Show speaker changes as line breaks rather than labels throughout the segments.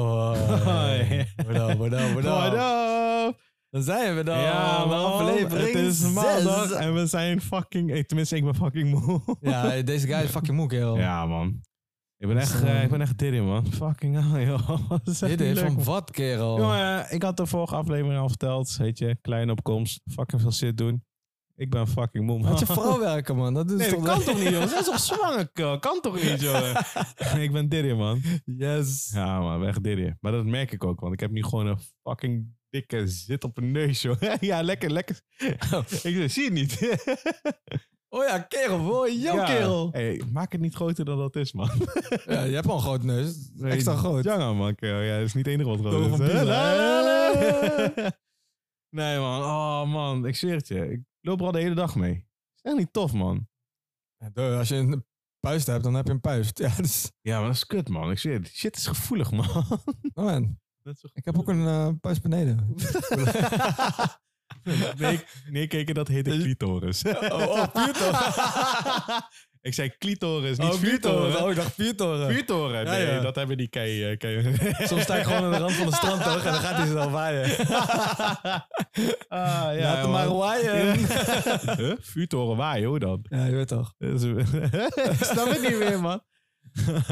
Hoi. Bedankt, bedankt, bedankt.
What up?
Dan zijn we dan.
ja, man.
Aflevering
Het is
zes.
maandag en we zijn fucking... Ik, tenminste, ik ben fucking moe.
Ja, deze guy is fucking moe, joh.
Ja, man. Ik ben echt,
Zo.
eh, ik ben echt dit in, man. Fucking hell, joh. Dat is echt
Dit
niet
is
leuk,
van
man.
wat, kerel?
Jongen, eh, ik had de vorige aflevering al verteld. Weet je, kleine opkomst. Fucking veel shit doen. Ik ben fucking moe, man.
Laat je vrouw werken, man. Dat is
Nee, dat
toch
kan toch niet, joh. Zij is toch zwanger, kerel? Kan toch niet, joh. ik ben dit in, man.
Yes.
Ja, man. Ik ben echt dit in. Maar dat merk ik ook, want ik heb nu gewoon een fucking dikke zit op mijn neus, joh. ja, lekker, lekker. Ik zie het niet.
Oh ja, kerel, hoor. Yo,
Ja.
kerel.
Hey, maak het niet groter dan dat is, man.
Ja, je hebt al een groot neus. Extra groot.
Jangan, man. kerel. Ja, dat is niet het enige wat
Door
groot
van
is.
Pila.
Hallo. nee, man. Oh, man. Ik zweer het je. Ik loop er al de hele dag mee. is echt niet tof, man.
Duh, als je een puist hebt, dan heb je een puist. Ja, dus,
Ja, maar dat is kut, man. Ik zweer het. Shit is gevoelig, man.
oh man.
Dat is
Ik heb ook een eh, puist beneden.
nee, nee, keken, dat heette clitoris.
Oh, oh,
ik zei clitoris, niet
Oh, vuurtoren.
vuurtoren.
Oh, ik dacht vuurtoren.
Vuurtoren,
Ja,
nee,
ja.
dat hebben die kei... eh, kei-
Soms sta ik gewoon aan de rand van de strand, toch? En dan gaat hij ze dan waaien.
Ah,
Laat hem maar waaien.
huh? Vuurtoren waaien, hoe dan?
Ja, je weet toch.
Dat is- ik snap het niet meer, man.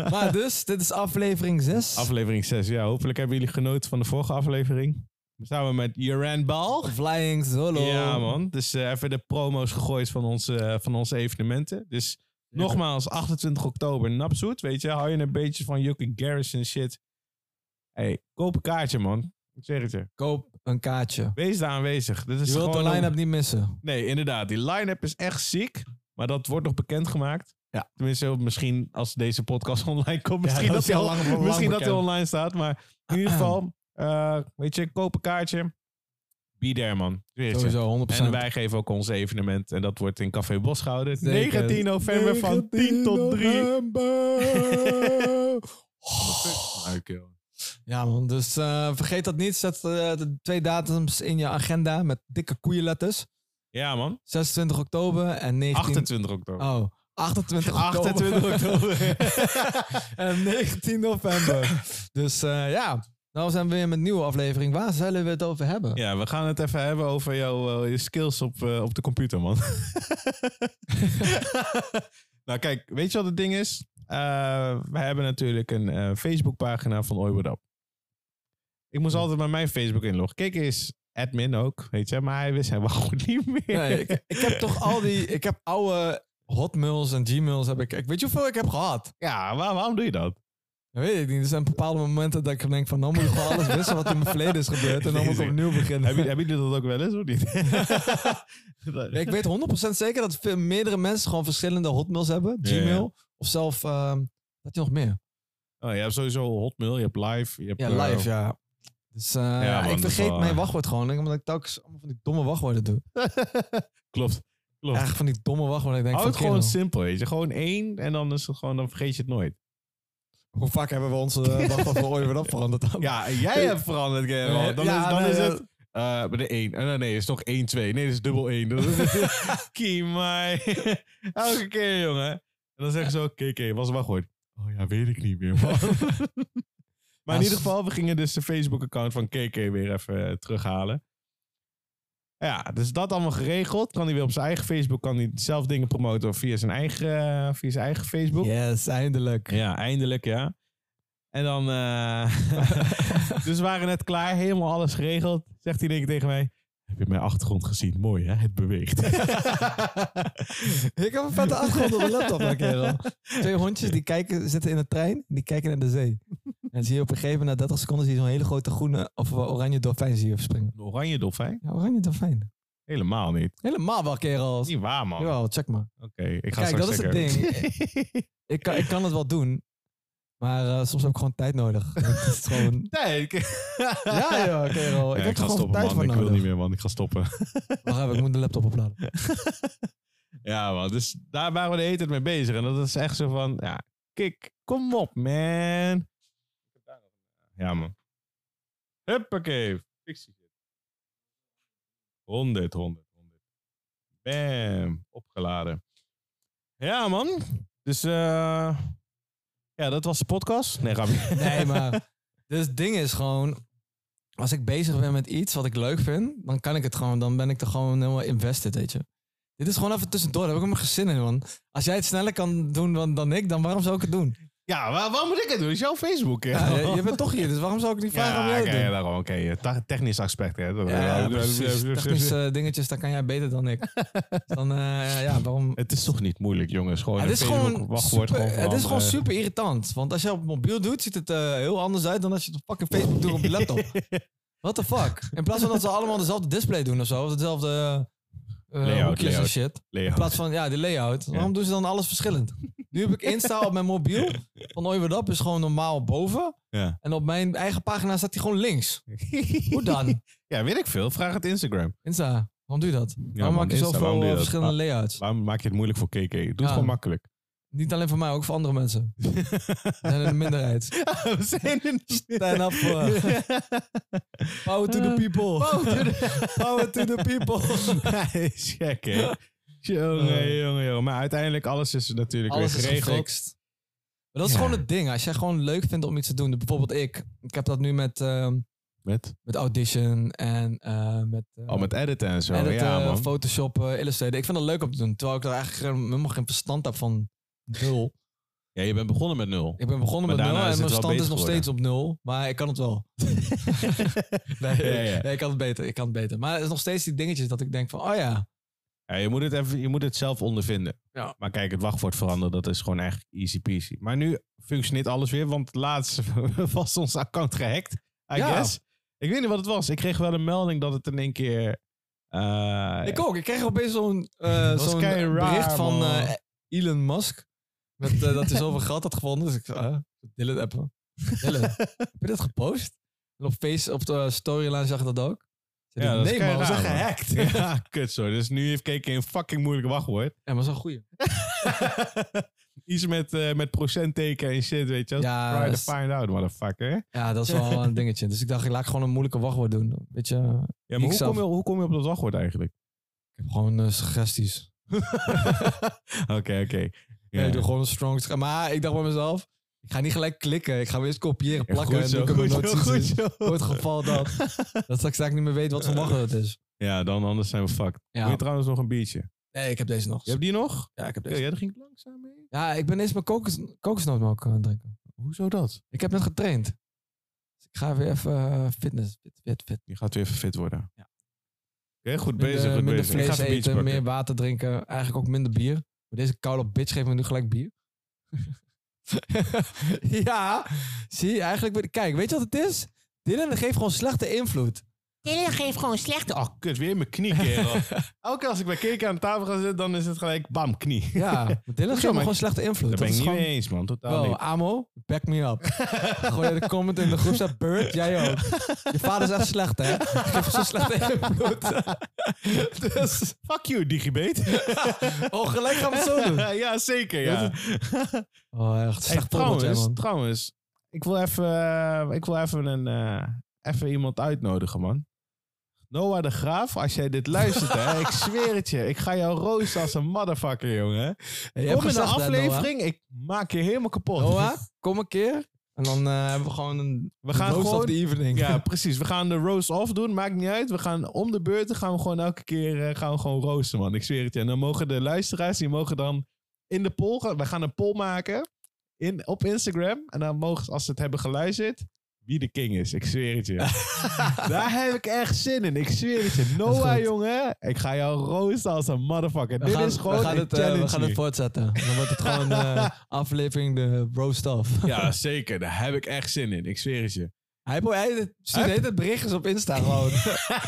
Maar dus, dit is aflevering 6.
Aflevering 6, ja. Hopelijk hebben jullie genoten van de vorige aflevering. Samen met Joran Bal.
Flying Solo.
Ja, man. Dus eh, even de promo's gegooid van onze, eh, van onze evenementen. Dus nogmaals, 28 oktober, Napzoet. Weet je, hou je een beetje van Yuki Garrison shit. hey, koop een kaartje, man. Ik zeg het je.
Koop een kaartje.
Wees daar aanwezig. Dit is
Je wilt de
gewoon een-
line-up niet missen.
Nee, inderdaad. Die line-up is echt ziek. Maar dat wordt nog bekendgemaakt.
Ja.
Tenminste, misschien als deze podcast online komt. Misschien
dat
dat,
is
hij
al
al
lang- lang
misschien dat hij
bekend.
online staat. Maar in ieder geval, eh, weet je, koop een kaartje. Be there, man. Weet je.
Sowieso, 100%.
En wij geven ook ons evenement. En dat wordt in Café Bos gehouden.
Zeker.
19 november van 10 tot 3. Leuk, joh.
Ja, man. Dus eh, vergeet dat niet. Zet eh, de twee datums in je agenda met dikke koeienletters.
Ja, man.
26 oktober en 19...
28 oktober.
Oh, 28 oktober.
28 oktober.
en 19 november. Dus eh, ja, nou zijn we weer met een nieuwe aflevering. Waar zullen we het over hebben?
ja, we gaan het even hebben over jouw eh, je skills op, eh, op de computer, man. nou, kijk, weet je wat het ding is? Eh, we hebben natuurlijk een eh, Facebookpagina van Oi What Up. Ik moest
Ja.
altijd bij mijn Facebook inloggen. Kijk, is admin ook, weet je, maar hij wist helemaal goed niet meer.
Nee, ik, ik heb toch al die... Ik heb oude hotmails en gmails. Heb ik, ik weet je hoeveel ik heb gehad?
Ja, waar- waarom doe je dat?
Dat weet ik niet. Er zijn bepaalde momenten dat ik denk van... Nou moet ik gewoon alles wissen wat in mijn verleden is gebeurd. En dan moet ik opnieuw beginnen.
Heb je, hebben jullie dat ook wel eens of niet? Dat-
Ja, ik weet 100% zeker dat veel, meerdere mensen gewoon verschillende hotmails hebben.
Ja, ja.
Gmail. Of zelf, ehm wat je nog meer?
oh, je hebt sowieso Hotmail, je hebt Live. Je hebt,
Ja,
eh,
live, ja. Dus eh, ja,
man,
ik
dat is
vergeet
wel-
mijn wachtwoord gewoon. Omdat ik telkens allemaal van die domme wachtwoorden doe.
Klopt. Klopt.
Eigenlijk van die domme wachtwoorden. Ik denk
Hou
van,
het gewoon
kerel,
simpel, weet je. Gewoon één en dan, is het gewoon, dan vergeet je het nooit.
Hoe vaak hebben we onze eh, wachtwoord voor ooit weer veranderd? dan?
Ja, jij hebt veranderd, kerel. Dan
Ja,
is, dan
nee,
is
ja.
het... eh, bij de 1. nee, nee, het is toch 1, 2. Nee, het is dubbel 1. Kiemai. Elke keer, jongen. En dan zeggen ze ook, oké, oké, was het wel goed. Oh ja, weet ik niet meer, man. maar
Ja,
in ieder geval, we gingen dus de Facebook-account van KK weer even eh, terughalen. Ja, dus dat allemaal geregeld. Kan hij weer op zijn eigen Facebook, kan hij zelf dingen promoten via zijn eigen, eh, via zijn eigen Facebook.
Yes, eindelijk.
Ja, eindelijk, ja. En dan... eh, dus we waren net klaar, helemaal alles geregeld. Zegt hij denk ik tegen mij... Heb je mijn achtergrond gezien? Mooi, hè? Het beweegt.
ik heb een vette achtergrond op de laptop, maar kerel. Twee hondjes die kijken, zitten in de trein, die kijken naar de zee. En zie je op een gegeven moment, na 30 seconden, zie je zo'n hele grote groene of eh, oranje dolfijn zie je springen.
Een oranje dolfijn?
Ja, oranje dolfijn.
Helemaal niet.
Helemaal wel, kerels.
Niet waar, man. Oké,
Jawel, check maar.
ik ga
Kijk,
straks
dat is het
checken.
Ik kan, ik kan het wel doen, maar eh, soms heb ik gewoon tijd nodig. Het is gewoon...
nee, ik...
Ja, joh, kerel. Oh, Ik
Ja,
heb er
ga
gewoon
stoppen,
tijd
man.
voor
Ik wil
nodig.
niet meer, man. Ik ga stoppen.
Wacht even, ik moet de laptop opladen.
Ja, man. Dus daar waren we de hele tijd mee bezig. En dat is echt zo van, ja, kik, kom op, man. Ja, man. Huppakee. Fixie. 100, 100, 100. Bam. Opgeladen. Ja, man. Dus, eh ja, dat was de podcast. Nee, grapje.
Nee, maar Dus het ding is gewoon, als ik bezig ben met iets wat ik leuk vind, dan kan ik het gewoon, dan ben ik er gewoon helemaal invested, weet je. Dit is gewoon even tussendoor, daar heb ik ook mijn gezin in, man. Als jij het sneller kan doen dan, dan ik, dan waarom zou ik het doen?
Ja, waar, waarom moet ik het doen? Het is jouw Facebook, hè?
Ja, je, je bent toch hier, dus waarom zou ik niet vragen om
Ja,
jou
oké,
te doen?
daarom. Oké, Ta- technisch aspect, hè. Dat-
Ja,
dat-
precies. Technische dingetjes, daar kan jij beter dan ik. Dus Dan, eh, ja, waarom...
Het is toch niet moeilijk, jongens. Gewoon
Ja,
een
het is gewoon,
Facebook-wachtwoord
super, het is gewoon
veranderen.
super irritant. Want als je op mobiel doet, ziet het eh, heel anders uit dan als je het op fucking Facebook doet op je laptop. What the fuck? In plaats van dat ze allemaal dezelfde display doen of zo, of dezelfde eh, eh,
Layout,
hoekjes en
layout.
shit.
Leo.
In plaats van, ja, de layout. Waarom doen ze dan alles verschillend? Nu heb ik Insta op mijn mobiel. Van Oi, wat op is gewoon normaal boven.
Ja.
En op mijn eigen pagina staat hij gewoon links. Hoe dan?
Ja, weet ik veel. Vraag het Instagram.
Insta, waarom doe je dat?
Ja,
waarom
man,
maak je
Insta,
zoveel
waarom doe je
eh,
dat?
verschillende layouts?
Waarom maak je het moeilijk voor KK? Doe het
Ja.
gewoon makkelijk.
Niet alleen voor mij, ook voor andere mensen. We zijn in de minderheid. eh.
We zijn in
Stand up for. Power to the people. Power to the, people.
Hij is gek, hè? Jongen, jongen, jongen. Maar uiteindelijk, alles is natuurlijk
Alles
weer
is
geregeld.
gefixt. Maar dat is
Ja.
gewoon het ding. Als jij gewoon leuk vindt om iets te doen. Bijvoorbeeld ik. Ik heb dat nu met, ehm,
met,
met Audition en eh, met... eh,
al Oh, met editen en zo.
editen,
ja, man.
Photoshop, eh, Illustrator. Ik vind dat leuk om te doen. Terwijl ik daar eigenlijk geen- helemaal geen verstand heb van nul.
Ja, je bent begonnen met nul.
Ik ben begonnen
Maar
met nul
daarna
en
is het
mijn
wel
stand is
beter
nog steeds op nul. Maar ik kan het wel. nee,
Ja, ja.
nee, ik kan het beter. Ik kan het beter. Maar het is nog steeds die dingetjes dat ik denk van... Oh ja,
Ja, je, moet het even, je moet het zelf ondervinden.
Ja.
Maar kijk, het wachtwoord veranderen, dat is gewoon echt easy peasy. Maar nu functioneert alles weer, want laatst was ons account gehackt. I
Ja.
guess. Ik weet niet wat het was. Ik kreeg wel een melding dat het in één keer... eh,
Ik ook. Ik kreeg opeens zo'n eh,
Dat was
zo'n
kei raar,
bericht van
man.
eh, Elon Musk. Met, eh, dat hij zoveel geld had gevonden. Dus ik zei, eh, Dylan appen. Dylan, heb je dat gepost? En op Face, op de eh, storyline zag ik dat ook. Ik zei,
Ja, dat is
nee man, we zijn
keiraar, man.
gehackt.
Ja, kut zo. Dus nu heeft KK een fucking moeilijk wachtwoord.
Ja, maar zo'n goeie.
Iets met, eh, met procentteken en shit, weet je. wel.
Ja,
Try to
is-
find out, motherfucker.
Ja, dat is wel een dingetje. Dus ik dacht, ik laat gewoon een moeilijke wachtwoord doen. Weet je, ik
Ja, maar hoe
zelf.
kom, je, hoe kom je op dat wachtwoord eigenlijk?
heb gewoon eh, suggesties.
Oké, oké. Ja.
Nee, ik doe gewoon een strong... Maar ik dacht bij mezelf, ik ga niet gelijk klikken. Ik ga hem eerst kopiëren,
Ja,
plakken.
goed zo,
en doe ik hem
goed
in
zo,
notities.
goed zo.
Voor het geval dat. dat straks ik niet meer weet wat voor wachtwoord het is.
Ja, dan anders zijn we fucked.
Ja.
Wil je trouwens nog een biertje?
Nee, ik heb deze nog.
Je hebt die nog?
Ja, ik heb
Ja,
deze.
jij ging langzaam mee.
Ja, ik ben eens mijn kokos, kokosnootmelk aan het drinken.
Hoezo dat?
Ik heb net getraind. Dus ik ga weer even eh, fitness. Fit, fit, fit.
Je gaat weer even fit worden. Oké, goed
Minder,
bezig, goed
minder
bezig. Ik ga
vlees
even biertje
eten,
pakken.
meer water drinken. Eigenlijk ook minder bier. Maar deze koude bitch geeft me nu gelijk bier. ja, zie, eigenlijk... ben ik- Kijk, weet je wat het is? Dylan geeft gewoon slechte invloed.
Dylan geeft gewoon slechte
Oh, kut, weer mijn knie, kerel. Elke keer als ik bij KK aan de tafel ga zitten, dan is het gelijk bam, knie.
Ja, maar Dylan geeft me
maar-
gewoon slechte invloed.
Daar
Dat
ben ik
is
niet
gewoon-
mee eens, man. Totaal
Wow,
niet.
Amo, back me up. Gooi de comment in de groep, zegt Bert, jij ook. Je vader is echt slecht, hè? Geef zo slecht invloed. dus,
Fuck you, digibate.
oh, gelijk gaan we het zo doen.
ja, zeker, ja.
Dat Oh, echt
Hey,
slecht voorbeeld,
trouwens,
man.
trouwens, ik wil even, eh, ik wil even, een, eh, even iemand uitnodigen, man. Noah de Graaf, als jij dit luistert, hè, ik zweer het je. Ik ga jou roosten als een motherfucker, jongen.
Hey, je hebt
Kom in de
gezegd, hè,
aflevering, ik maak je helemaal kapot.
Noah. Noah, kom een keer. En dan eh, hebben we gewoon een
We gaan
roast
gewoon-
of the evening.
Ja, precies. We gaan de roast off doen, maakt niet uit. We gaan om de beurten, gaan we gewoon elke keer eh, gaan we gewoon roosten, man. Ik zweer het je. En dan mogen de luisteraars, die mogen dan in de poll gaan. We gaan een poll maken in, op Instagram. En dan mogen ze, als ze het hebben geluisterd, wie de king is. Ik zweer het je. Daar heb ik echt zin in. Ik zweer het je. Noah,
goed.
jongen, ik ga jou roosten als een motherfucker.
We
Dit
gaan-
is gewoon
we gaan,
een
het, eh,
challenge.
we gaan het
nu.
voortzetten. Dan wordt het gewoon eh, aflevering de roast off.
Ja, zeker. Daar heb ik echt zin in. Ik zweer het je.
Hij, hij stuurt de hele tijd berichtjes op Insta gewoon.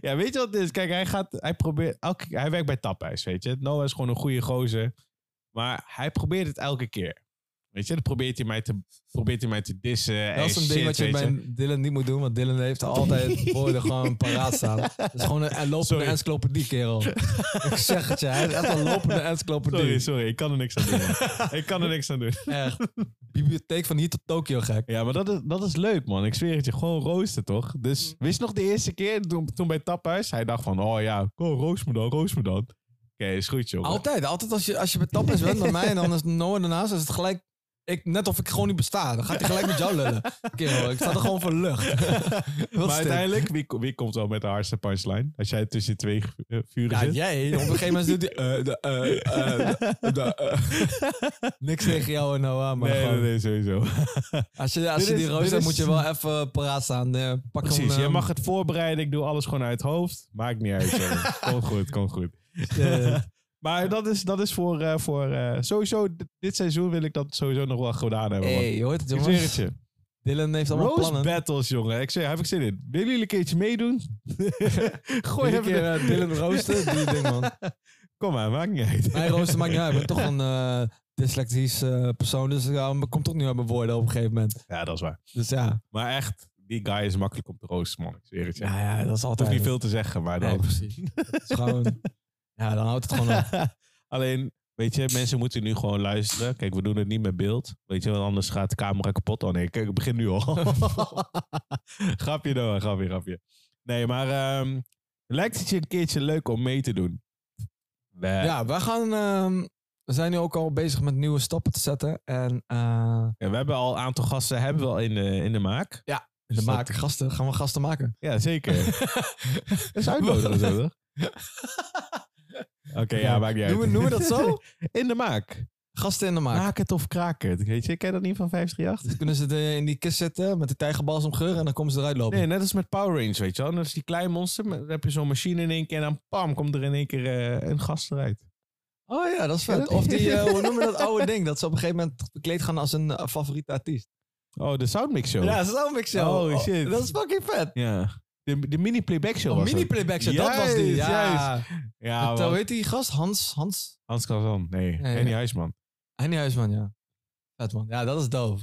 ja, weet je wat het is? Kijk, hij gaat, hij probeert, elke, hij werkt bij Tapijs, weet je. Noah is gewoon een goede gozer. Maar hij probeert het elke keer. Weet je, dan probeert hij mij te, probeert hij mij te dissen.
Dat is
en
een
shit,
ding wat je
weet
bij Dylan niet moet doen, want Dylan heeft altijd woorden gewoon paraat staan. Het is gewoon een, een lopende
Sorry.
encyclopedie, kerel. Ik zeg het je, hij is echt een lopende encyclopedie.
Sorry, sorry, ik kan er niks aan doen. man. ik kan er niks aan doen.
Echt. Bibliotheek van hier tot Tokio, gek.
Ja, maar dat is, dat is leuk, man. Ik zweer het je, gewoon roosten, toch? Dus wist nog de eerste keer, toen, toen bij Tapijs, hij dacht van, oh ja, oh, roos me dan, roos me dan. Oké, is goed, joh.
Altijd, altijd als je, als je bij Tappers bent met mij en dan is Noah daarnaast, is het gelijk Ik, net of ik gewoon niet besta. Dan gaat hij gelijk met jou lullen. Kerel, ik sta er gewoon voor lucht.
Maar
Wat stuk.
uiteindelijk, wie, ko- wie komt wel met de hardste punchline? Als jij tussen twee vu- eh, vuren
Ja,
zit.
jij. Op een gegeven moment doet hij... eh, de, eh, eh, de, de, eh. Niks tegen jou en Noah, maar
nee,
gewoon-
nee, nee, sowieso.
Als je, als
Dit
je die
is-
roos
dit
hebt,
is-
moet je wel even paraat staan. Eh, pak hem,
Precies, jij
eh,
mag het voorbereiden. Ik doe alles gewoon uit het hoofd. Maakt niet uit. jongen. komt goed, komt goed.
eh,
Maar dat is, dat is voor, eh, voor eh, sowieso, d- dit seizoen wil ik dat sowieso nog wel gedaan hebben. want
hey, je hoort het,
ik
jongens.
zweer het je.
Dylan heeft allemaal
Rose
plannen.
battles, jongen. Ik zweer, heb ik zin in. Willen jullie een keertje meedoen? Gooi
Iedere keer
even de-
eh, Dylan roosten, doe je ding, man.
Kom maar, maakt niet uit.
Mijn rooster maakt niet uit. Ik ben toch een eh dyslectisch eh, persoon, dus ja, maar komt toch niet uit mijn woorden op een gegeven moment.
Ja, dat is waar.
Dus ja,
Maar echt, die guy is makkelijk om te roosten, man. Ik zweer het je.
ja, ja dat is
Het
altijd...
hoeft niet veel te zeggen, maar
Nee,
dan...
precies. Dat is gewoon... Ja, dan houdt het gewoon op.
Alleen, weet je, mensen moeten nu gewoon luisteren. Kijk, we doen het niet met beeld. Weet je, want anders gaat de camera kapot. Oh nee, kijk, ik begin nu al. grapje Noah, grapje, grapje. Nee, maar ehm, lijkt het je een keertje leuk om mee te doen? Nee. Ja.
Ja, wij gaan... ehm, we zijn nu ook al bezig met nieuwe stappen te zetten. En eh,
we hebben al een aantal gasten hebben we al in de, in de maak.
de
Dus dat-
maken gasten, gaan we gasten maken.
Ja, zeker. dat is uitnodigen zo, toch? Oké, ja, maakt niet uit.
Noemen, noemen we dat zo?
In de maak.
Gasten in de maak.
Maak het of kraak het. Weet je, ken je dat niet van 538?
Dus kunnen ze de- in die kist zitten met de tijgerbalsemgeur en dan komen ze eruit lopen.
Nee, net als met Power Rangers, weet je wel. Dat is die klein monster. maar Dan heb je zo'n machine in één keer en dan pam, komt er in één keer eh, een gast eruit.
Oh ja, dat is
Ja,
vet.
dat-
Of die, eh, hoe noemen we dat oude ding? Dat ze op een gegeven moment bekleed gaan als een eh, favoriete artiest.
Oh, de Soundmix Show.
Ja, zo'n mix show.
Oh, shit.
Dat is fucking vet.
Ja. De, de mini playback show was
Oh, mini
het.
playback show, dat was die.
Juist,
Ja.
Ja,
Met, eh,
man.
hoe heet die gast? Hans, Hans?
Hans Kazan. Nee,
Nee,
Henny
ja.
Huisman.
Henny Huisman, ja. Vet man. Ja, dat is doof.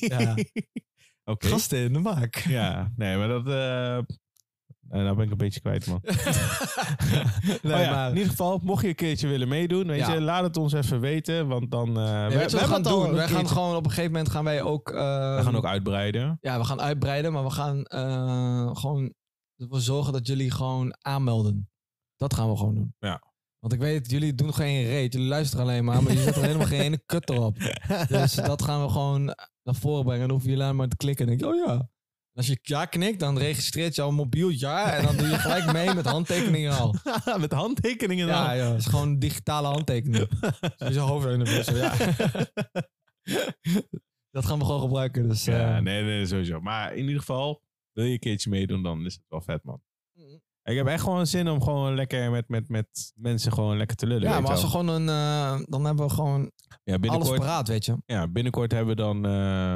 Ja.
Oké.
Gasten in de maak.
Ja, nee, maar dat... eh, eh, nou ben ik een beetje kwijt, man.
nee,
Oh ja,
maar...
In ieder geval, mocht je een keertje willen meedoen, weet
Ja.
je, laat het ons even weten. Want dan... eh
Nee,
we,
weet je wat we gaan
hebben het al
doen?
een
Wij gaan
keertje-
gewoon op een gegeven moment gaan wij ook... eh,
we gaan ook uitbreiden.
Ja, we gaan uitbreiden, maar we gaan eh, gewoon ervoor zorgen dat jullie gewoon aanmelden. Dat gaan we gewoon doen.
Ja.
Want ik weet, jullie doen geen reet. Jullie luisteren alleen maar, maar jullie zetten helemaal geen ene kut erop. Dus dat gaan we gewoon naar voren brengen. En dan hoeven jullie alleen maar te klikken. En denk je, oh ja. En als je ja knikt, dan registreert jouw mobiel ja. En dan doe je gelijk mee met handtekeningen al.
Met handtekeningen dan.
Ja, ja. Het is gewoon een digitale handtekening. Dus je hoofd in de bus, ja. Dat gaan we gewoon gebruiken. Dus, eh,
Ja, nee, nee, sowieso. Maar in ieder geval, wil je een keertje meedoen, dan is het wel vet, man. Ik heb echt gewoon zin om gewoon lekker met, met, met mensen gewoon lekker te lullen.
Ja,
weet
maar
je
als we
wel.
gewoon een. eh, dan hebben we gewoon
ja,
alles
binnenkort,
paraat, weet je.
ja, binnenkort hebben we dan... eh,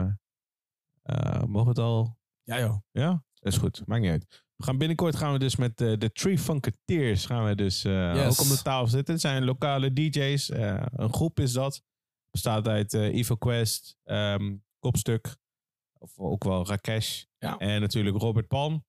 eh, mogen we het al...
Ja, joh.
Ja? Dat is goed. Maakt niet uit. We gaan binnenkort gaan we dus met eh, de Tree Funketeers gaan we dus eh,
Yes.
ook om de tafel zitten. Het zijn lokale DJ's. eh, een groep is dat. Bestaat uit eh Ivo Quest, ehm, Kopstuk, of ook wel Rakesh.
Ja.
En natuurlijk Robert Palm.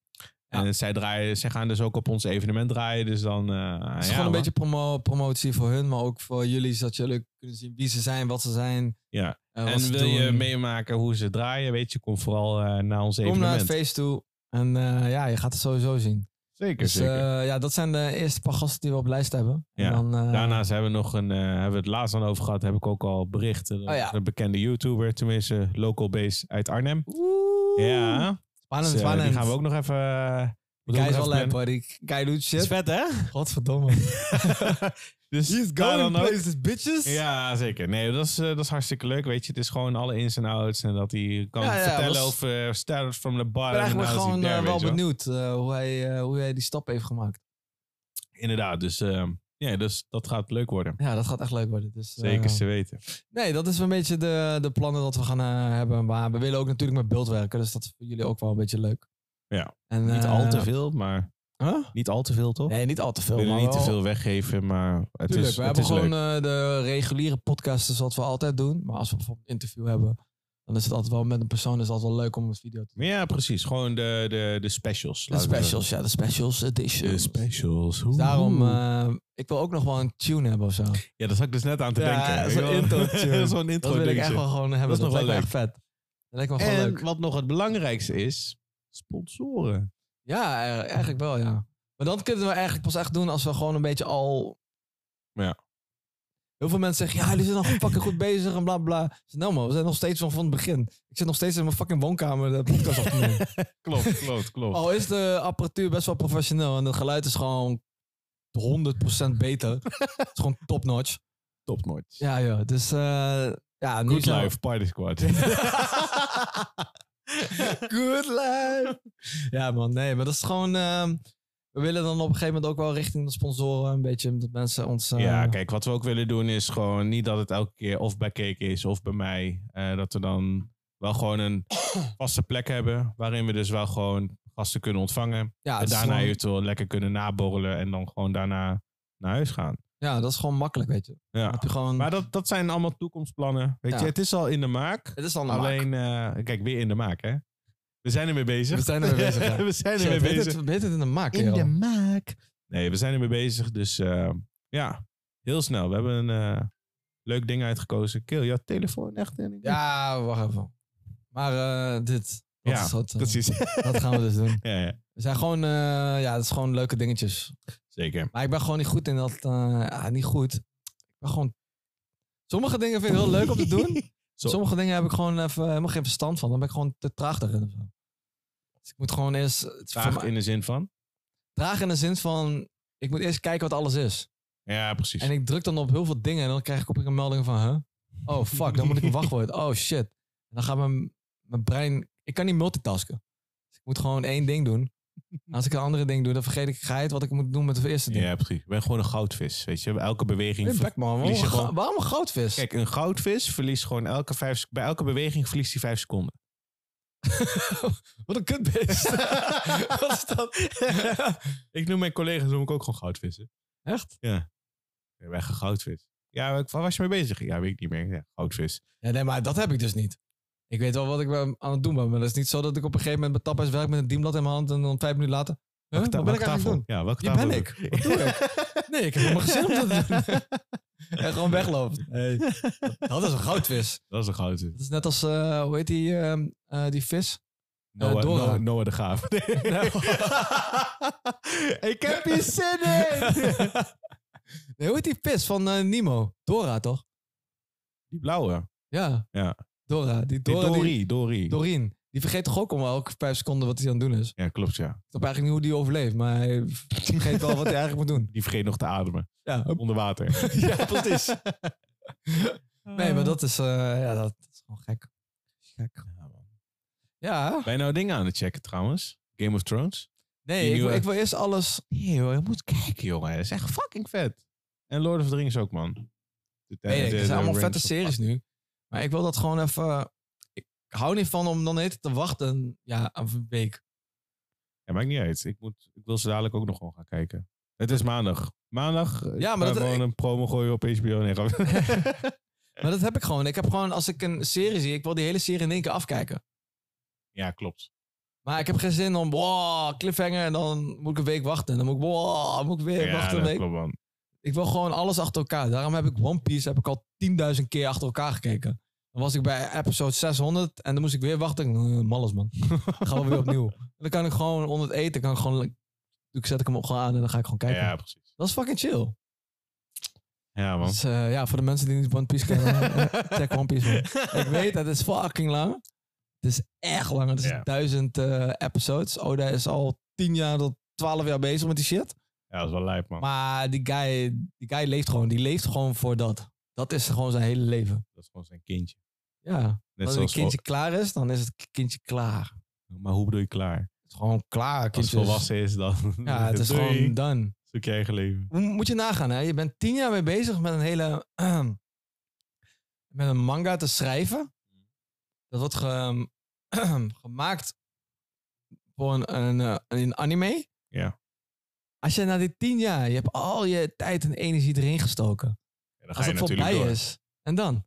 Ja.
En zij, draaien, zij gaan dus ook op ons evenement draaien. Dus dan... eh,
Het is
ja,
gewoon een
man.
beetje promo promotie voor hun, maar ook voor jullie, zodat jullie kunnen zien wie ze zijn, wat ze zijn.
Ja.
eh, wat
En
ze
wil je
doen.
meemaken hoe ze draaien? Weet je, kom vooral eh, naar ons
Kom naar
evenement.
het feest toe. En eh, ja, je gaat het sowieso zien.
Zeker,
Dus
zeker.
eh, ja, dat zijn de eerste paar gasten die we op lijst hebben.
Ja,
En dan, eh,
Daarnaast hebben we nog een, eh, hebben we het laatst dan over gehad, heb ik ook al bericht. eh, dat
Oh ja.
Een bekende YouTuber, tenminste, local base uit Arnhem.
Woe!
Ja, dus,
Spannend,
eh,
spannend.
die gaan we ook nog even. eh,
Die guy is wel
even
lijp,
plannen.
hoor. Die guy doet
Het is
shit.
vet, hè?
Godverdomme.
dus daar dan ook.
places, bitches.
Ja, zeker. Nee, dat is, eh, dat is hartstikke leuk, weet je. Het is gewoon alle ins en outs en dat hij kan
Ja, ja,
vertellen
was-
over starters from the
Ik
bar.
ben
en
eigenlijk
how nou, is he
gewoon
there,
eh,
weet
wel
je wel.
benieuwd eh, hoe, hij, eh, hoe hij die stap heeft gemaakt.
Inderdaad, dus eh, ja, dus dat gaat leuk worden.
Ja, dat gaat echt leuk worden. Dus, eh,
Zeker te weten.
Nee, dat is een beetje de, de plannen dat we gaan eh, hebben. Maar we willen ook natuurlijk met beeld werken. Dus dat is voor jullie ook wel een beetje leuk.
Ja.
En,
Niet
eh,
al te veel, maar
Huh?
niet al te veel, toch?
Nee, niet al te veel.
We willen
maar
niet te
wel-
veel weggeven, maar het
Tuurlijk,
is,
we
het
hebben
is leuk.
gewoon eh, de reguliere podcasts zoals we altijd doen. Maar als we bijvoorbeeld een interview hebben, dan is het altijd wel met een persoon is het altijd wel leuk om een video te
Ja, precies. Gewoon de, de, de specials.
De specials, ja, de specials edition.
De specials. Hoe-
Daarom,
hoe.
eh, ik wil ook nog wel een tune hebben of zo.
ja, daar zat ik dus net aan te
Ja,
denken.
zo'n introotje.
Zo'n intro
Dat wil ik echt wel gewoon hebben. Dat,
Dat is nog wel
lijkt me echt vet. Dat lijkt me gewoon
En
leuk.
wat nog het belangrijkste is, sponsoren.
Ja, eh, eigenlijk wel, ja. Maar dan kunnen we eigenlijk pas echt doen als we gewoon een beetje al...
Ja.
Heel veel mensen zeggen, ja, jullie zijn nog fucking goed bezig en bla bla. Ik zeg, nou man, we zijn nog steeds van van het begin. Ik zit nog steeds in mijn fucking woonkamer de podcast op te nemen.
Klopt, klopt, klopt.
Al is de apparatuur best wel professioneel en het geluid is gewoon 100% beter. het is gewoon top notch.
Top nooit.
Ja, ja. Dus eh ja, nu
Good
zijn we-
life, party squad.
Good life. Ja, man. Nee, maar dat is gewoon. ehm, we willen dan op een gegeven moment ook wel richting de sponsoren. Een beetje dat mensen ons. eh,
Ja, kijk, wat we ook willen doen is gewoon niet dat het elke keer of bij Cake is of bij mij. Eh, dat we dan wel gewoon een vaste plek hebben waarin we dus wel gewoon gasten kunnen ontvangen.
ja,
en
dat is
daarna
gewoon-
eventueel lekker kunnen naborrelen en dan gewoon daarna naar huis gaan.
ja, dat is gewoon makkelijk, weet je. Dan
Ja.
heb je gewoon,
Maar dat, dat zijn allemaal toekomstplannen. Weet
Ja.
je, het is al in de maak.
het is dan
Alleen, eh, kijk, weer in de maak, hè? We zijn ermee bezig.
We zijn ermee bezig, ja.
we zijn
Shit,
ermee
weet
bezig.
het, weet het in de maak, joh.
maak. Nee, we zijn ermee bezig. Dus eh, ja, heel snel. We hebben een eh, leuk ding uitgekozen. Kill, jouw telefoon echt. in.
Ja, wacht even. Maar eh, dit. Dat
Ja,
is wat, eh,
precies.
Dat gaan we dus doen.
ja, ja,
We zijn gewoon, eh, ja, het is gewoon leuke dingetjes.
zeker.
Maar ik ben gewoon niet goed in dat. eh, ja, niet goed. Ik ben gewoon. Sommige dingen vind ik heel leuk om te doen.
Zo.
Sommige dingen heb ik gewoon even, helemaal geen verstand van. Dan ben ik gewoon te traag daarin. of zo. Dus ik moet gewoon eerst... Het is voor
Vraag
mij-
in de zin van.
traag in de zin van... Ik moet eerst kijken wat alles is.
Ja, precies.
En ik druk dan op heel veel dingen. En dan krijg ik op een melding van... Huh? Oh, fuck. Dan moet ik een wachtwoord. Oh, shit. En dan gaat mijn, mijn brein... Ik kan niet multitasken. Dus ik moet gewoon één ding doen. En als ik een andere ding doe, dan vergeet ik geheid wat ik moet doen met het eerste ding.
Ja, precies. Ik ben gewoon een goudvis. Weet je, elke beweging.
Hey,
ver-
Bek, man. Waarom,
Verlies je
een ga-
gewoon-
waarom een goudvis?
Kijk, een goudvis verliest gewoon elke vijf. sec- Bij elke beweging verliest hij vijf seconden.
Wat een kutbeest. wat is dat?
Ik noem mijn collega's noem ik ook gewoon goudvissen.
Echt?
Ik ben een goudvis. Ja, waar was je mee bezig? Ja, weet ik niet meer. Ja, goudvis.
Ja, nee, maar dat heb ik dus niet. Ik weet wel wat ik ben- aan het doen ben, maar dat is niet zo dat ik op een gegeven moment bij tapijs werk met een dienblad in mijn hand en dan vijf minuten later. Huh, wat
Ta-
ben ik eigenlijk
welke
aan het
tafel?
doen?
Ja, welke
Hier
tafel
ben
heb
ik. Wat doe ik? Nee, ik heb helemaal geen zin om dat te doen. En gewoon weglopen. Dat is een goudvis.
Dat is een goudvis.
Dat is net als, eh, hoe heet die, ehm, eh, die vis? Eh, Nou.
Noah,
Dora.
Noah, Noah de Gaaf. ik heb hier zin in!
Nee, hoe heet die vis van eh, Nemo? Dora, toch?
Die blauwe.
Ja.
Ja.
Dora. Die
Die
Dora, die-
Dorie. Dorie.
Dorien. Die vergeet toch ook om elke vijf seconden wat hij aan het doen is.
Ja, klopt ja.
Ik snap eigenlijk niet hoe die overleeft, maar hij vergeet wel wat hij eigenlijk moet doen.
Die vergeet nog te ademen.
Ja,
Onder water.
ja precies. Nee, maar dat is, eh, ja, dat is gewoon gek. gek. Ja,
Ben je nou dingen aan het checken trouwens? Game of Thrones?
nee,
Die
ik, wil-
nieuwe-
ik wil eerst alles...
Nee joh, je moet kijken jongen. Dat is echt fucking vet. En Lord of the Rings ook man. De- de-
Weet
de-
ik, het
de
zijn allemaal
Rings
vette
of-
series nu. Maar ik wil dat gewoon even... Ik hou niet van om dan eten te wachten ja, een week.
Ja, maakt niet uit. Ik, moet, ik wil ze dadelijk ook nog gewoon gaan kijken. Het is maandag. Maandag. eh,
Ja,
ik
maar
ga
dat-
gewoon een promo gooien op HBO. Nee, grap.
Maar dat heb ik gewoon. Ik heb gewoon, als ik een serie zie, ik wil die hele serie in één keer afkijken.
ja, klopt.
Maar ik heb geen zin om, wow, cliffhanger, en dan moet ik een week wachten. En dan moet ik, wow, moet ik weer
ja,
wachten een
dat
week.
klopt man.
Ik wil gewoon alles achter elkaar. Daarom heb ik One Piece heb ik al 10.000 keer achter elkaar gekeken. Dan was ik bij episode 600 en dan moest ik weer wachten. Ik dacht, eh, Malles man. Dan gaan we weer opnieuw. En dan kan ik gewoon onder het eten, kan ik gewoon, ik zet ik hem op gewoon aan en dan ga ik gewoon kijken.
Ja, precies.
Dat is fucking chill.
Ja, man.
Dus eh, ja, voor de mensen die niet One Piece kennen, eh, check One Piece man. Ik weet, het is fucking lang. Het is echt lang. Het is
Ja.
duizend eh, episodes. Oda is al 10 jaar tot 12 jaar bezig met die shit.
Ja, dat is wel lijp, man.
Maar die guy, die guy leeft gewoon. Die leeft gewoon voor dat. Dat is gewoon zijn hele leven.
Dat is gewoon zijn kindje.
Ja. Als
Net
een
zoals
kindje klaar is, dan is het kindje klaar.
vol- Maar hoe bedoel je klaar?
Het is gewoon klaar.
Als
Kindje
het
is-
volwassen is, dan...
Ja, het is
Doei.
gewoon done.
Zoek je eigen leven.
Mo- Moet je nagaan, hè? Je bent tien jaar mee bezig met een hele... met een manga te schrijven. Dat wordt ge- gemaakt voor een, een, eh, een anime.
Ja.
Als je na die tien jaar, je hebt al je tijd en energie erin gestoken.
Ja, dan ga
Als
je
het
natuurlijk
voorbij
door.
is. En dan?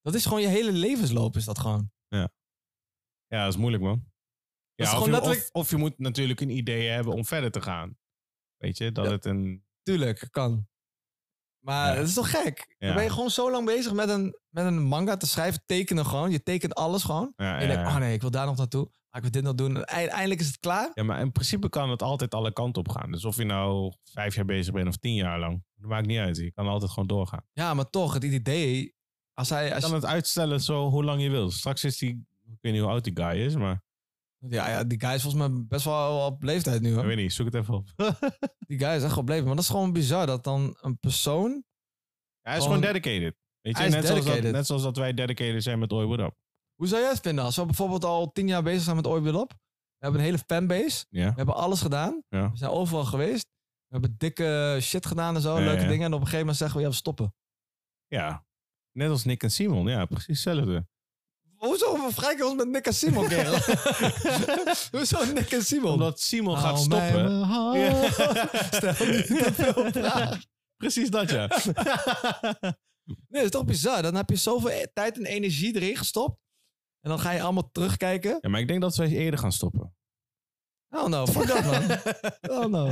Dat is gewoon je hele levensloop, is dat gewoon.
Ja, dat is moeilijk, man.
is
Ja, of,
gewoon
je,
letterlijk-
of, of je moet natuurlijk een idee hebben om verder te gaan. Weet je, dat
Ja.
het een...
Tuurlijk, kan. Maar
Ja.
het is toch gek?
Ja.
Dan ben je gewoon zo lang bezig met een, met een manga te schrijven, tekenen gewoon. Je tekent alles gewoon.
Ja,
En je
ja,
denkt,
ja.
oh nee, ik wil daar nog naartoe. Ah, ik wil dit nog doen. En eind- eindelijk is het klaar.
Ja, maar in principe kan het altijd alle kanten op gaan. Dus of je nou vijf jaar bezig bent of tien jaar lang. Dat maakt niet uit. Je kan altijd gewoon doorgaan.
Ja, maar toch, het idee. Als hij.
Je
Als
kan het uitstellen zo hoe lang je wilt. Straks is die... Ik weet niet hoe oud die guy is, maar...
ja, ja, die guy is volgens mij best wel op leeftijd nu.
Ik
Hoor.
weet niet, zoek het even op.
Die guy is echt op leeftijd. Maar dat is gewoon bizar dat dan een persoon.
Hij is
Gewoon-
gewoon dedicated. Weet je,
Hij is
net, zoals dat,
dedicated.
net zoals dat wij dedicated zijn met Oi What Up.
Hoe zou jij het vinden als we bijvoorbeeld al tien jaar bezig zijn met Ooit Weer Op? We hebben een hele fanbase.
Ja.
We hebben alles gedaan.
Ja.
We zijn overal geweest. We hebben dikke shit gedaan en zo.
Ja,
leuke
ja.
dingen. En op een gegeven moment zeggen we ja, we stoppen.
Ja. Net als Nick en Simon. Ja, precies hetzelfde.
Hoezo vergelijken we ons met Nick en Simon, kerel? Hoezo Nick en Simon?
Omdat Simon
Haal
gaat
mij
stoppen.
mijn hand.
Ja.
Stel niet te veel vragen.
Precies dat, ja.
Nee, dat is toch bizar. Dan heb je zoveel e- tijd en energie erin gestopt. En dan ga je allemaal terugkijken.
ja. Maar ik denk dat wij eerder gaan stoppen.
Oh no, fuck dat man. Oh no.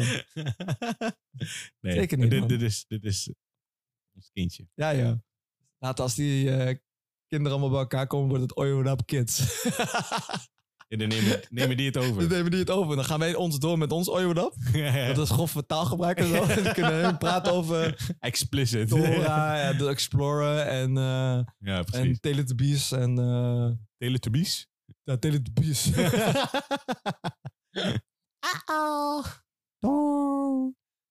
Nee,
Zeker niet, man.
Dit, dit, is, dit is ons kindje.
Ja, ja. Later als die eh, kinderen allemaal bij elkaar komen, wordt het Oyo Up Kids.
En dan nemen, nemen die het
Dan
over.
nemen die het over. Dan gaan wij ons door met ons Oyo Up. Dat is grof voor taalgebruik en zo. En dan kunnen hun praten over
Explicit.
Dora, ja, de Explorer en, eh
Ja, precies.
en Teletubbies en... eh,
Teletubbies.
ja, Teletubbies.
Uh-oh.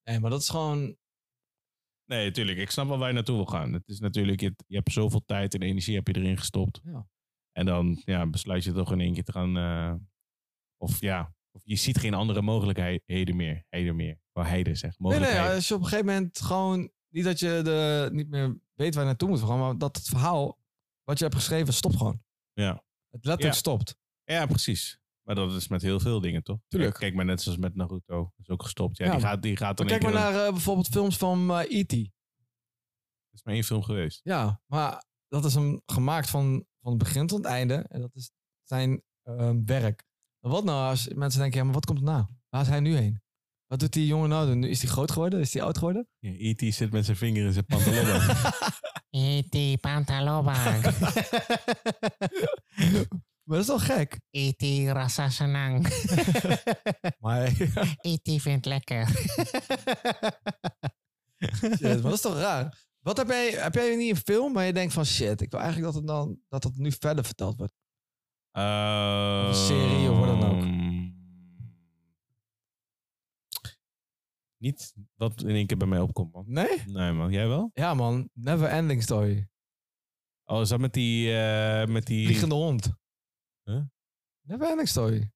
Nee, maar dat is gewoon...
Nee, tuurlijk. Ik snap wel waar je naartoe wil gaan. Het is natuurlijk, je, je hebt zoveel tijd en energie heb je erin gestopt.
Ja.
En dan ja, besluit je toch in één keer te gaan. eh, of ja, of je ziet geen andere mogelijkheden meer. Heden meer. Waar heiden zeg.
Nee, nee,
Mogelijkheden.
als je op een gegeven moment gewoon... Niet dat je de, niet meer weet waar je naartoe moet gaan, maar dat het verhaal wat je hebt geschreven stopt gewoon.
Ja.
Het letterlijk
Ja.
stopt.
Ja, precies. Maar dat is met heel veel dingen, toch?
Tuurlijk.
Kijk, kijk maar net zoals met Naruto. Dat is ook gestopt. Ja,
Ja,
die,
maar-
gaat, die gaat dan...
Maar kijk
in
maar
één keer-
naar eh, bijvoorbeeld films van eh, E.T.
Dat is maar één film geweest.
Ja, maar dat is hem gemaakt van, van het begin tot het einde. En dat is zijn ehm, werk. Maar wat nou als mensen denken, ja, maar wat komt er na? Waar is hij nu heen? Wat doet die jongen nou doen? Is hij groot geworden? Is hij oud geworden?
Ja, E.T. zit met zijn vinger in zijn pantalon.
E.T. Pantalobang.
Maar dat is wel gek.
E.T. Rasasanang.
Maar,
E.T. vindt lekker.
shit, maar dat is toch raar? Wat heb jij, heb jij niet een film waar je denkt van shit, ik wil eigenlijk dat het, dan, dat het nu verder verteld wordt?
Eh,
Of een serie, of wat dan ook.
Niet wat in één keer bij mij opkomt, man.
Nee?
Nee, man. Jij wel?
Ja man, Never Ending Story.
Oh, is dat met die... eh, met die...
Vliegende hond.
Huh?
Never Ending Story.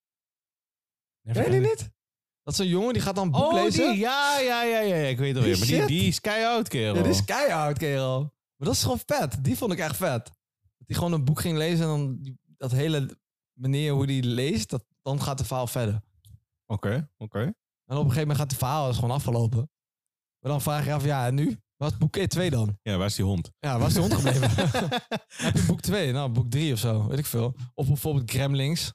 Never
Ken je die
Ending-
niet? Dat zo'n jongen die gaat dan een boek
Oh,
lezen.
die. Ja, ja, ja, ja. ja, Ik weet het
Die
alweer. Maar die,
shit.
die is kei-out, kerel.
Ja, dit is keihard, kerel. Maar dat is gewoon vet. Die vond ik echt vet. Dat hij gewoon een boek ging lezen en dan die- dat hele manier hoe die leest, dat, dan gaat de verhaal verder.
Oké, oké.
En op een gegeven moment gaat het verhaal is gewoon afgelopen. Maar dan vraag je af, ja, en nu? Wat is boek 2 dan?
Ja, waar is die hond?
Ja, waar is de hond gebleven? Heb je boek 2? Nou, boek 3 of zo, weet ik veel. Of bijvoorbeeld Gremlings.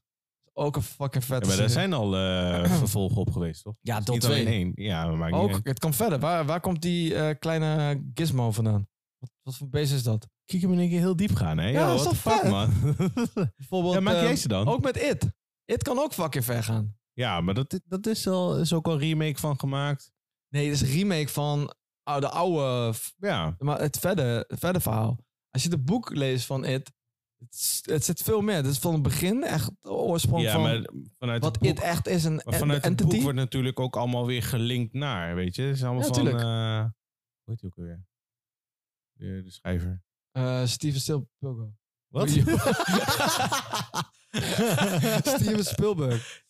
Ook een fucking vet.
Ja, maar daar zijn al eh, vervolgen op geweest, toch?
Ja, deel
Niet
2.
alleen één. Ja, maar maakt niet
Ook,
uit.
het kan verder. Waar, waar komt die eh, kleine gizmo vandaan? Wat, wat voor beest is dat?
Kijk hem in één keer heel diep gaan, hè?
Ja,
Yo,
dat is toch
what the fuck,
vet?
man.
Bijvoorbeeld,
ja, maak
ehm,
jij ze dan?
Ook met It. It kan ook fucking ver gaan.
Ja, maar dat, dat is, al, is ook al een remake van gemaakt.
Nee, dit is een remake van ah, de oude... f-
Ja,
Maar het verder, het verder verhaal. Als je het boek leest van It... Het, s- het zit veel meer. Het is van het begin echt de oorsprong
ja
van
maar vanuit
wat
het boek,
It echt is. Een
maar
en-
vanuit het
entity.
boek wordt natuurlijk ook allemaal weer gelinkt naar, weet je? Het is allemaal
Ja,
van...
tuurlijk.
eh, hoe heet die ook alweer? De, de schrijver.
Eh, Steven Spielberg.
Wat?
Steven Spielberg.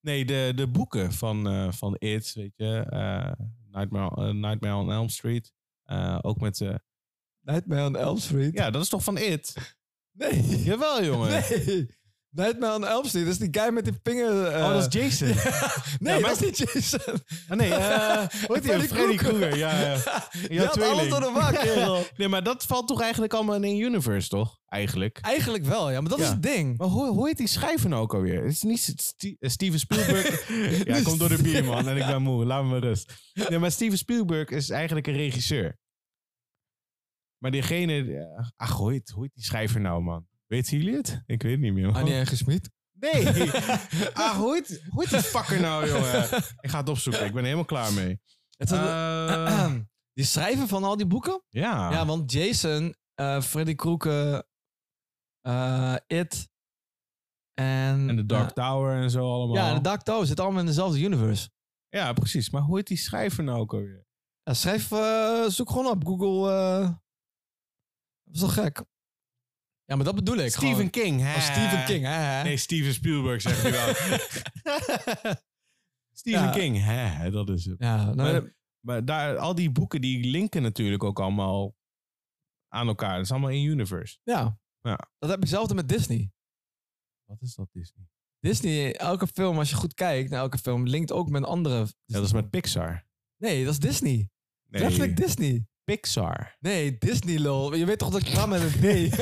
nee, de, de boeken van, eh, van It, weet je? eh, Nightmare, eh, Nightmare on Elm Street. Eh, ook met... eh,
Nightmare on Elm Street.
ja, dat is toch van It?
Nee.
Jawel, jongen.
Nee. Nightmare on Elm Street. Dat is die guy met die vinger... eh,
Oh, dat is Jason.
Nee,
Ja, maar-
dat is niet Jason.
Ah, nee, eh, hoe heet die?
Freddy Krueger.
Freddy Krueger. Ja, ja.
Je had
tweeling.
alles door de war, kerel.
Nee, maar dat valt toch eigenlijk allemaal in één universe, toch? Eigenlijk.
Eigenlijk wel, ja. Maar dat
Ja.
is het ding.
Maar hoe, hoe heet die schrijver nou ook alweer? Het is niet Ste- eh, Steven Spielberg. ja, kom door de bier, man. En ik ben moe. Laat me maar rust. Nee, maar Steven Spielberg is eigenlijk een regisseur. Maar diegene... eh, Ach, hoe heet, hoe heet die schrijver nou, man? Weet jullie het? Ik weet het niet meer, man.
Annie en Smit.
Nee. Ach, hoe heet, hoe Oh, heet die fucker nou, jongen? Ik ga het opzoeken. Ik ben er helemaal klaar mee.
Het is een-
Eh,
Die schrijver van al die boeken?
Ja.
Ja, want Jason, eh, Freddy Krueger, eh, It en... eh,
en de Dark Tower en zo allemaal.
ja, en de Dark Tower zit allemaal in dezelfde universe.
Ja, precies. Maar hoe heet die schrijver nou ook alweer?
Ja, schrijf, eh, zoek gewoon op Google. eh. dat is toch gek? Ja, maar dat bedoel ik. gewoon.
King. Hè?
Oh, Stephen King, hè? hè?
Nee, Steven Spielberg zeg je wel. Stephen
Ja.
King, hè, dat is het.
ja, nou,
Maar, maar daar, al die boeken die linken natuurlijk ook allemaal aan elkaar. Dat is allemaal in universe.
ja.
Ja.
Dat heb ik zelfde met Disney.
Wat is dat Disney?
Disney, elke film, als je goed kijkt naar elke film, linkt ook met andere.
Ja, dat is met Pixar.
Nee, dat is Disney.
Nee,
Letterlijk Disney.
Pixar.
Nee, Disney lol. Je weet toch dat ik praat met een D?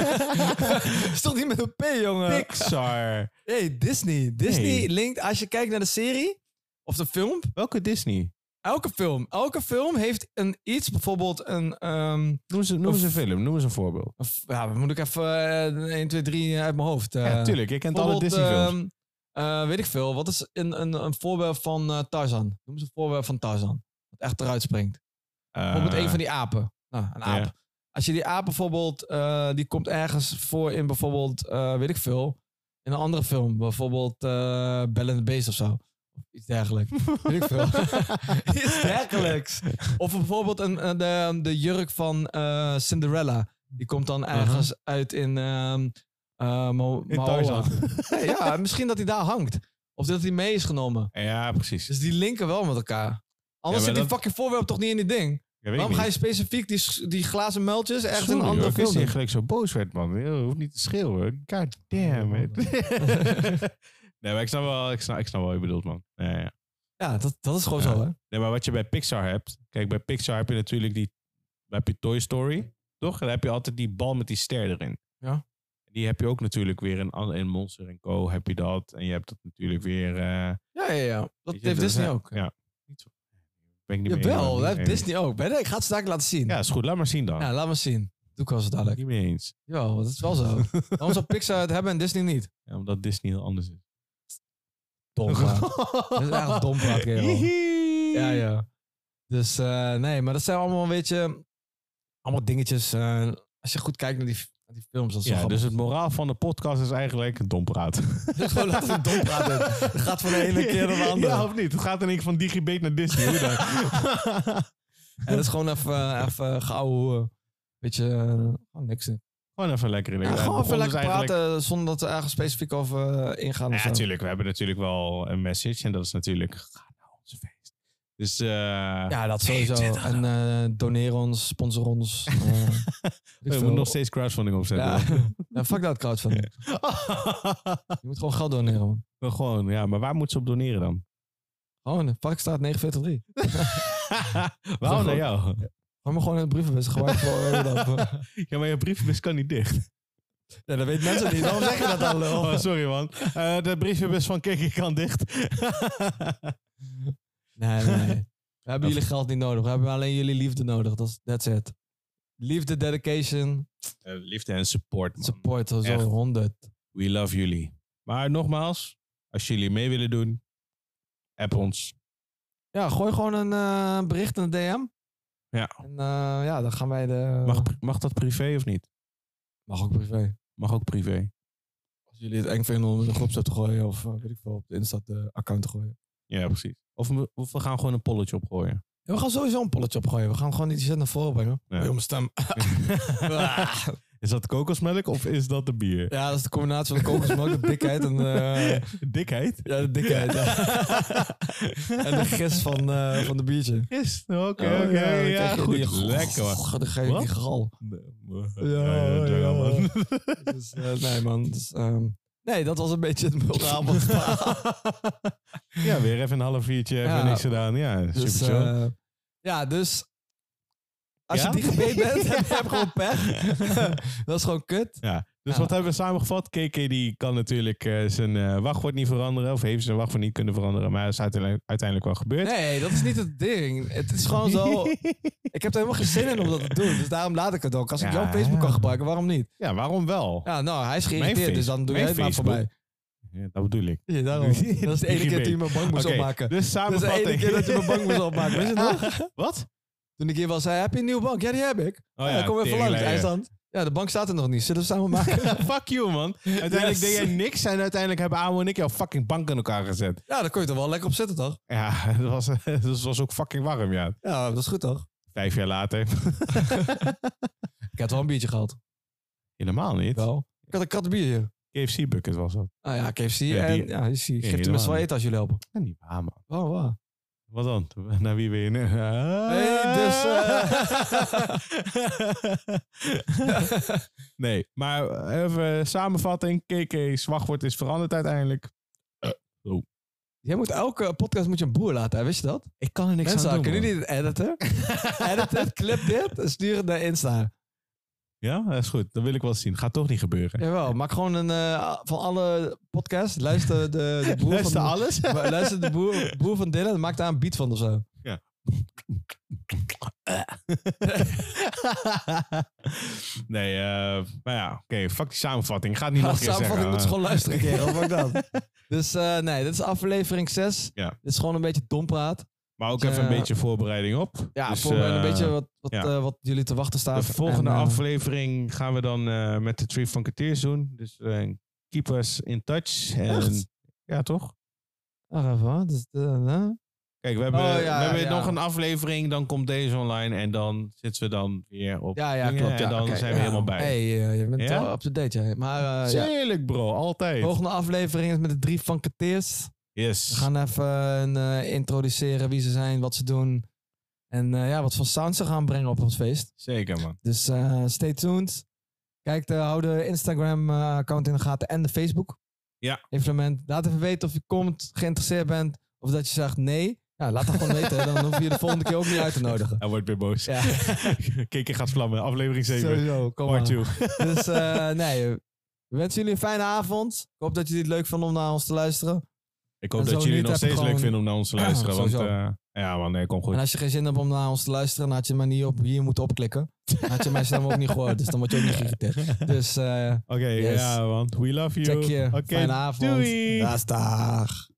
Stond niet met een P,
Eh,
jongen.
Pixar.
Nee, Disney. Disney
Nee.
linkt, als je kijkt naar de serie of de film,
Welke Disney?
Elke film. Elke film heeft een iets, bijvoorbeeld een... ehm,
Noem ze, noem
Of-
ze een film, noem eens een voorbeeld.
een f- ja, moet ik even eh, 1, 2, 3 uit mijn hoofd. eh.
ja, tuurlijk. Ik kent alle
Bijvoorbeeld,
Disney-films.
ehm, eh, weet ik veel. Wat is een, een, een voorwerp van eh, Tarzan? Noem eens een voorwerp van Tarzan. Wat echt eruit springt. ehm,
Eh,
Bijvoorbeeld een van die apen. Nou, een aap.
Ah. ja.
Als je die aap bijvoorbeeld... eh, die komt ergens voor in bijvoorbeeld... eh, weet ik veel. In een andere film. Bijvoorbeeld eh Bell and the Beast of zo. Of iets dergelijks. weet ik veel. Iets dergelijks. Of bijvoorbeeld een, eh, de, de jurk van eh, Cinderella. Die komt dan
Uh-huh.
ergens uit in, ehm eh, Mo-
In
Maoa.
Tarzan.
Nee, ja, misschien dat hij daar hangt. Of dat hij mee is genomen.
Ja, precies.
Dus die linken wel met elkaar. Anders
Ja, maar
zit die
dat-
fucking voorwerp toch niet in die ding.
Ja, weet ik
Waarom
niet.
ga je specifiek die, s- die glazen muiltjes echt in
Sorry,
een
hoor,
andere
Ik wist
film
dat je
doen?
gelijk zo boos werd, man. Je hoeft niet te schreeuwen. God damn it. nee, maar ik snap wel, ik snap, ik snap wel wat je bedoelt, man. Ja, ja.
Ja, dat, dat is gewoon
Ja.
zo, hè?
Nee, maar wat je bij Pixar hebt... Kijk, bij Pixar heb je natuurlijk die... Heb je Toy Story, toch? Dan heb je altijd die bal met die ster erin.
Ja.
Die heb je ook natuurlijk weer in, an- in Monster Co. heb je dat. En je hebt dat natuurlijk weer... eh
Ja, ja, ja. Dat
weet je,
heeft Disney
zijn-
ook.
Ja. Niet zo. Ben ik niet mee eens,
Jawel,
man.
dat heeft
Nee.
Disney ook. Ben ik- Ik ga het straks laten zien.
Ja, is goed. Laat maar zien dan.
Ja, laat maar zien. Doe ik wel zo dadelijk.
niet mee eens.
Jawel, dat is wel zo. Waarom zou Pixar het hebben en Disney niet?
Ja, omdat Disney heel anders is.
Dom praat. Dat is echt dom praat, kerel. Ja, ja. Dus eh, nee, maar dat zijn allemaal, weet je, allemaal dingetjes. eh, als je goed kijkt naar die, naar die films, dat is
Ja,
wel grappig.
dus
Dus
het moraal van de podcast is eigenlijk dom praten.
gewoon laten we dom praten. Dat gaat van de ene keer naar de andere.
Ja, of niet? Het gaat in één keer van DigiBeek naar Disney. Hoe dan?
En dat is gewoon even, eh, even gauw, weet je, eh, gewoon niks. in.
gewoon even lekker in
Ja,
één keer.
gewoon
Het
even
begon
lekker
dus eigenlijk-
praten eh, zonder dat we ergens specifiek over eh, ingaan. of
Ja,
zo.
natuurlijk. We hebben natuurlijk wel een message. En dat is natuurlijk, ga naar ons feest. Dus eh,
Ja, dat sowieso. En eh doneer ons, sponsor ons. eh, weet ik
we
veel.
moeten nog steeds crowdfunding opzetten.
Ja.
hoor.
ja, fuck dat crowdfunding. Je moet gewoon geld doneren, man.
Maar gewoon, ja. Maar waar moet ze op doneren dan?
Gewoon, Parkstraat 943.
Waarom naar
goed.
jou?
Hou me gewoon in het brievenbus. Gewoon voor dat.
Ja, maar je briefbus kan niet dicht.
Ja, dat weet mensen niet. Waarom zeg je dat dan, lul?
Oh, sorry man. Eh, de briefbus van Kiki kan dicht.
Nee, nee, nee. We hebben jullie geld niet nodig. We hebben alleen jullie liefde nodig. Dat is- That's it. Liefde, dedication,
Eh, liefde en support man.
support, zo
echt.
100.
We love jullie. Maar nogmaals, als jullie mee willen doen, app ons.
Ja, gooi gewoon een eh, bericht in de DM.
Ja.
En eh, ja, dan gaan wij de...
Mag, pri- mag dat privé of niet?
Mag ook privé.
Mag ook privé.
Als jullie het eng vinden om in de groepsapp te gooien of eh, weet ik veel, op de Insta-account te gooien.
Ja, precies. Of we, of we gaan gewoon een polletje opgooien.
Ja, we gaan sowieso een polletje opgooien. We gaan gewoon die shit naar voren brengen.
Ja.
Hey, om mijn stem.
is dat kokosmelk of is dat de bier?
Ja, dat is de combinatie van de kokosmelk, de dikheid en eh,
Dikheid?
ja, de dikheid. ja. en de gist van, eh, van de biertje.
Is. Oké, oké.
Oh,
ja,
dan krijg je
goed.
die-
Lekker man.
Goh, dan geef ik die
Wat?
gal.
ja, ja,
ja.
man.
Dus, eh, nee man, dus, ehm, nee, dat was een beetje het moraal van het verhaal.
ja, weer even een half uurtje, even
Ja.
niks gedaan. Ja, super
Dus,
chill.
eh, ja, dus als
Ja?
je die gebeten bent, heb je heb je gewoon pech. dat is gewoon kut.
Ja, dus
Ja.
wat hebben we samengevat? KK die kan natuurlijk eh, zijn eh, wachtwoord niet veranderen. Of heeft zijn wachtwoord niet kunnen veranderen. Maar dat is uiteindelijk, uiteindelijk wel gebeurd.
Nee, dat is niet het ding. Het is gewoon zo. Ik heb er helemaal geen zin in om dat te doen. Dus daarom laat ik het ook. Als ik
Ja,
jouw Facebook kan
ja.
gebruiken, waarom niet?
Ja, waarom wel? Ja.
Ja, nou, hij is
Mijn
geïrriteerd, dus dan doe jij het maar
Facebook.
voorbij.
dat bedoel ik.
Ja, daarom. Dat is de ene keer dat je mijn bank moest
Oké,
opmaken.
Dus
Dat is de
samenvatting.
ene keer dat je mijn bank moest opmaken, weet je nog?
Wat?
Toen ik hier was, zei hij, heb je een nieuwe bank? Ja, die heb ik.
Oh
ja, kom even langs.
teringleier.
Hij stand. Ja, de bank staat er nog niet. Zullen we samen maken?
Fuck you, man. Uiteindelijk
Yes.
deed jij niks en uiteindelijk hebben Amo en ik jouw fucking bank in elkaar gezet.
ja, daar kon je toch wel lekker op zitten, toch?
Ja, dat was, dat was ook fucking warm, ja.
Ja, dat is goed, toch?
Vijf jaar later.
Ik had wel een biertje gehad.
Helemaal niet.
Wel. Ik had een krat bier hier.
KFC bucket was dat.
Ah ja, KFC.
Ja,
en
die-
ja, je ziet, geeft hem
helemaal
eens wel
niet.
eten als jullie helpen.
Ja, niet waar, man.
Wow, wow.
Wat dan? Naar wie ben je? nu? Ah.
Nee, dus... eh,
Nee, maar even samenvatting. KK Zwagwoord is veranderd uiteindelijk.
Jij moet elke podcast moet je een boer laten, hè? wist je dat?
Ik kan er niks
Mensen,
doen,
kunnen
man.
jullie dit editen? Edit het, clip dit en stuur het naar Insta.
Ja, dat is goed. Dat wil ik wel zien. Gaat toch niet gebeuren.
Jawel, maak gewoon een... eh, van alle podcasts, luister de, de boer
Luister
van...
alles.
Maar Luister, de boer, boer van Dylan maakt daar een beat van of zo.
nee, eh, maar ja, oké. fuck die samenvatting. Ga het niet
Ja,
nog een keer
samenvatting moet
zeggen.
je gewoon luisteren, kerel. Fuck dat. Dus eh, nee, dit is aflevering 6.
Ja.
Dit is gewoon een beetje dompraat.
Maar ook
Dus,
even een
eh,
beetje voorbereiding op.
Ja,
Dus,
voor een
eh,
beetje wat, wat,
ja.
eh, wat jullie te wachten staat.
De volgende
En, eh,
aflevering gaan we dan eh, met de Three Funketeers doen. Dus eh, keep us in touch. En,
Echt?
Ja, toch?
wacht even, hoor. Dus, eh, eh.
Kijk, we hebben,
Oh, ja,
we hebben
ja.
nog een aflevering, dan komt deze online en dan zitten we dan weer op.
Ja, ja,
dingen
klopt. Ja,
en dan
oké,
zijn we
ja.
helemaal bij.
Hey, eh, je bent
Ja?
wel up-to-date, jij. Maar eh ja,
Tuurlijk, bro, altijd.
de volgende aflevering is met de drie van Kateers. We
Yes.
gaan even eh, introduceren wie ze zijn, wat ze doen. En eh, ja, wat voor sound ze gaan brengen op ons feest.
Zeker, man.
Dus eh, stay tuned. Kijk, de, hou de Instagram-account in de gaten en de Facebook.
Ja.
Implement. Laat even weten of je komt, geïnteresseerd bent. Of dat je zegt nee. Ja, laat dat gewoon weten. Dan hoef je de volgende keer ook niet uit te nodigen.
Hij wordt weer boos.
Ja.
Keken gaat vlammen. Aflevering 7.
Sowieso, kom
Part
maar.
2.
Dus eh, nee, we wensen jullie een fijne avond. Ik hoop dat jullie het leuk vonden om naar ons te luisteren.
Ik hoop
En zo
dat jullie
niet,
nog
heb je
steeds leuk
gewoon-
vinden om naar ons te luisteren. want,
Sowieso.
eh, ja, man, nee, kom goed.
En als je geen zin hebt om naar ons te luisteren, dan had je maar niet op hier moeten opklikken. Dan had je mijn stem ook niet gehoord, dus dan word je ook niet geïrriteerd. Dus eh
Oké,
Yes.
ja, man. We love you.
check je.
Oké,
Fijne avond.
doei.
Daas, dag.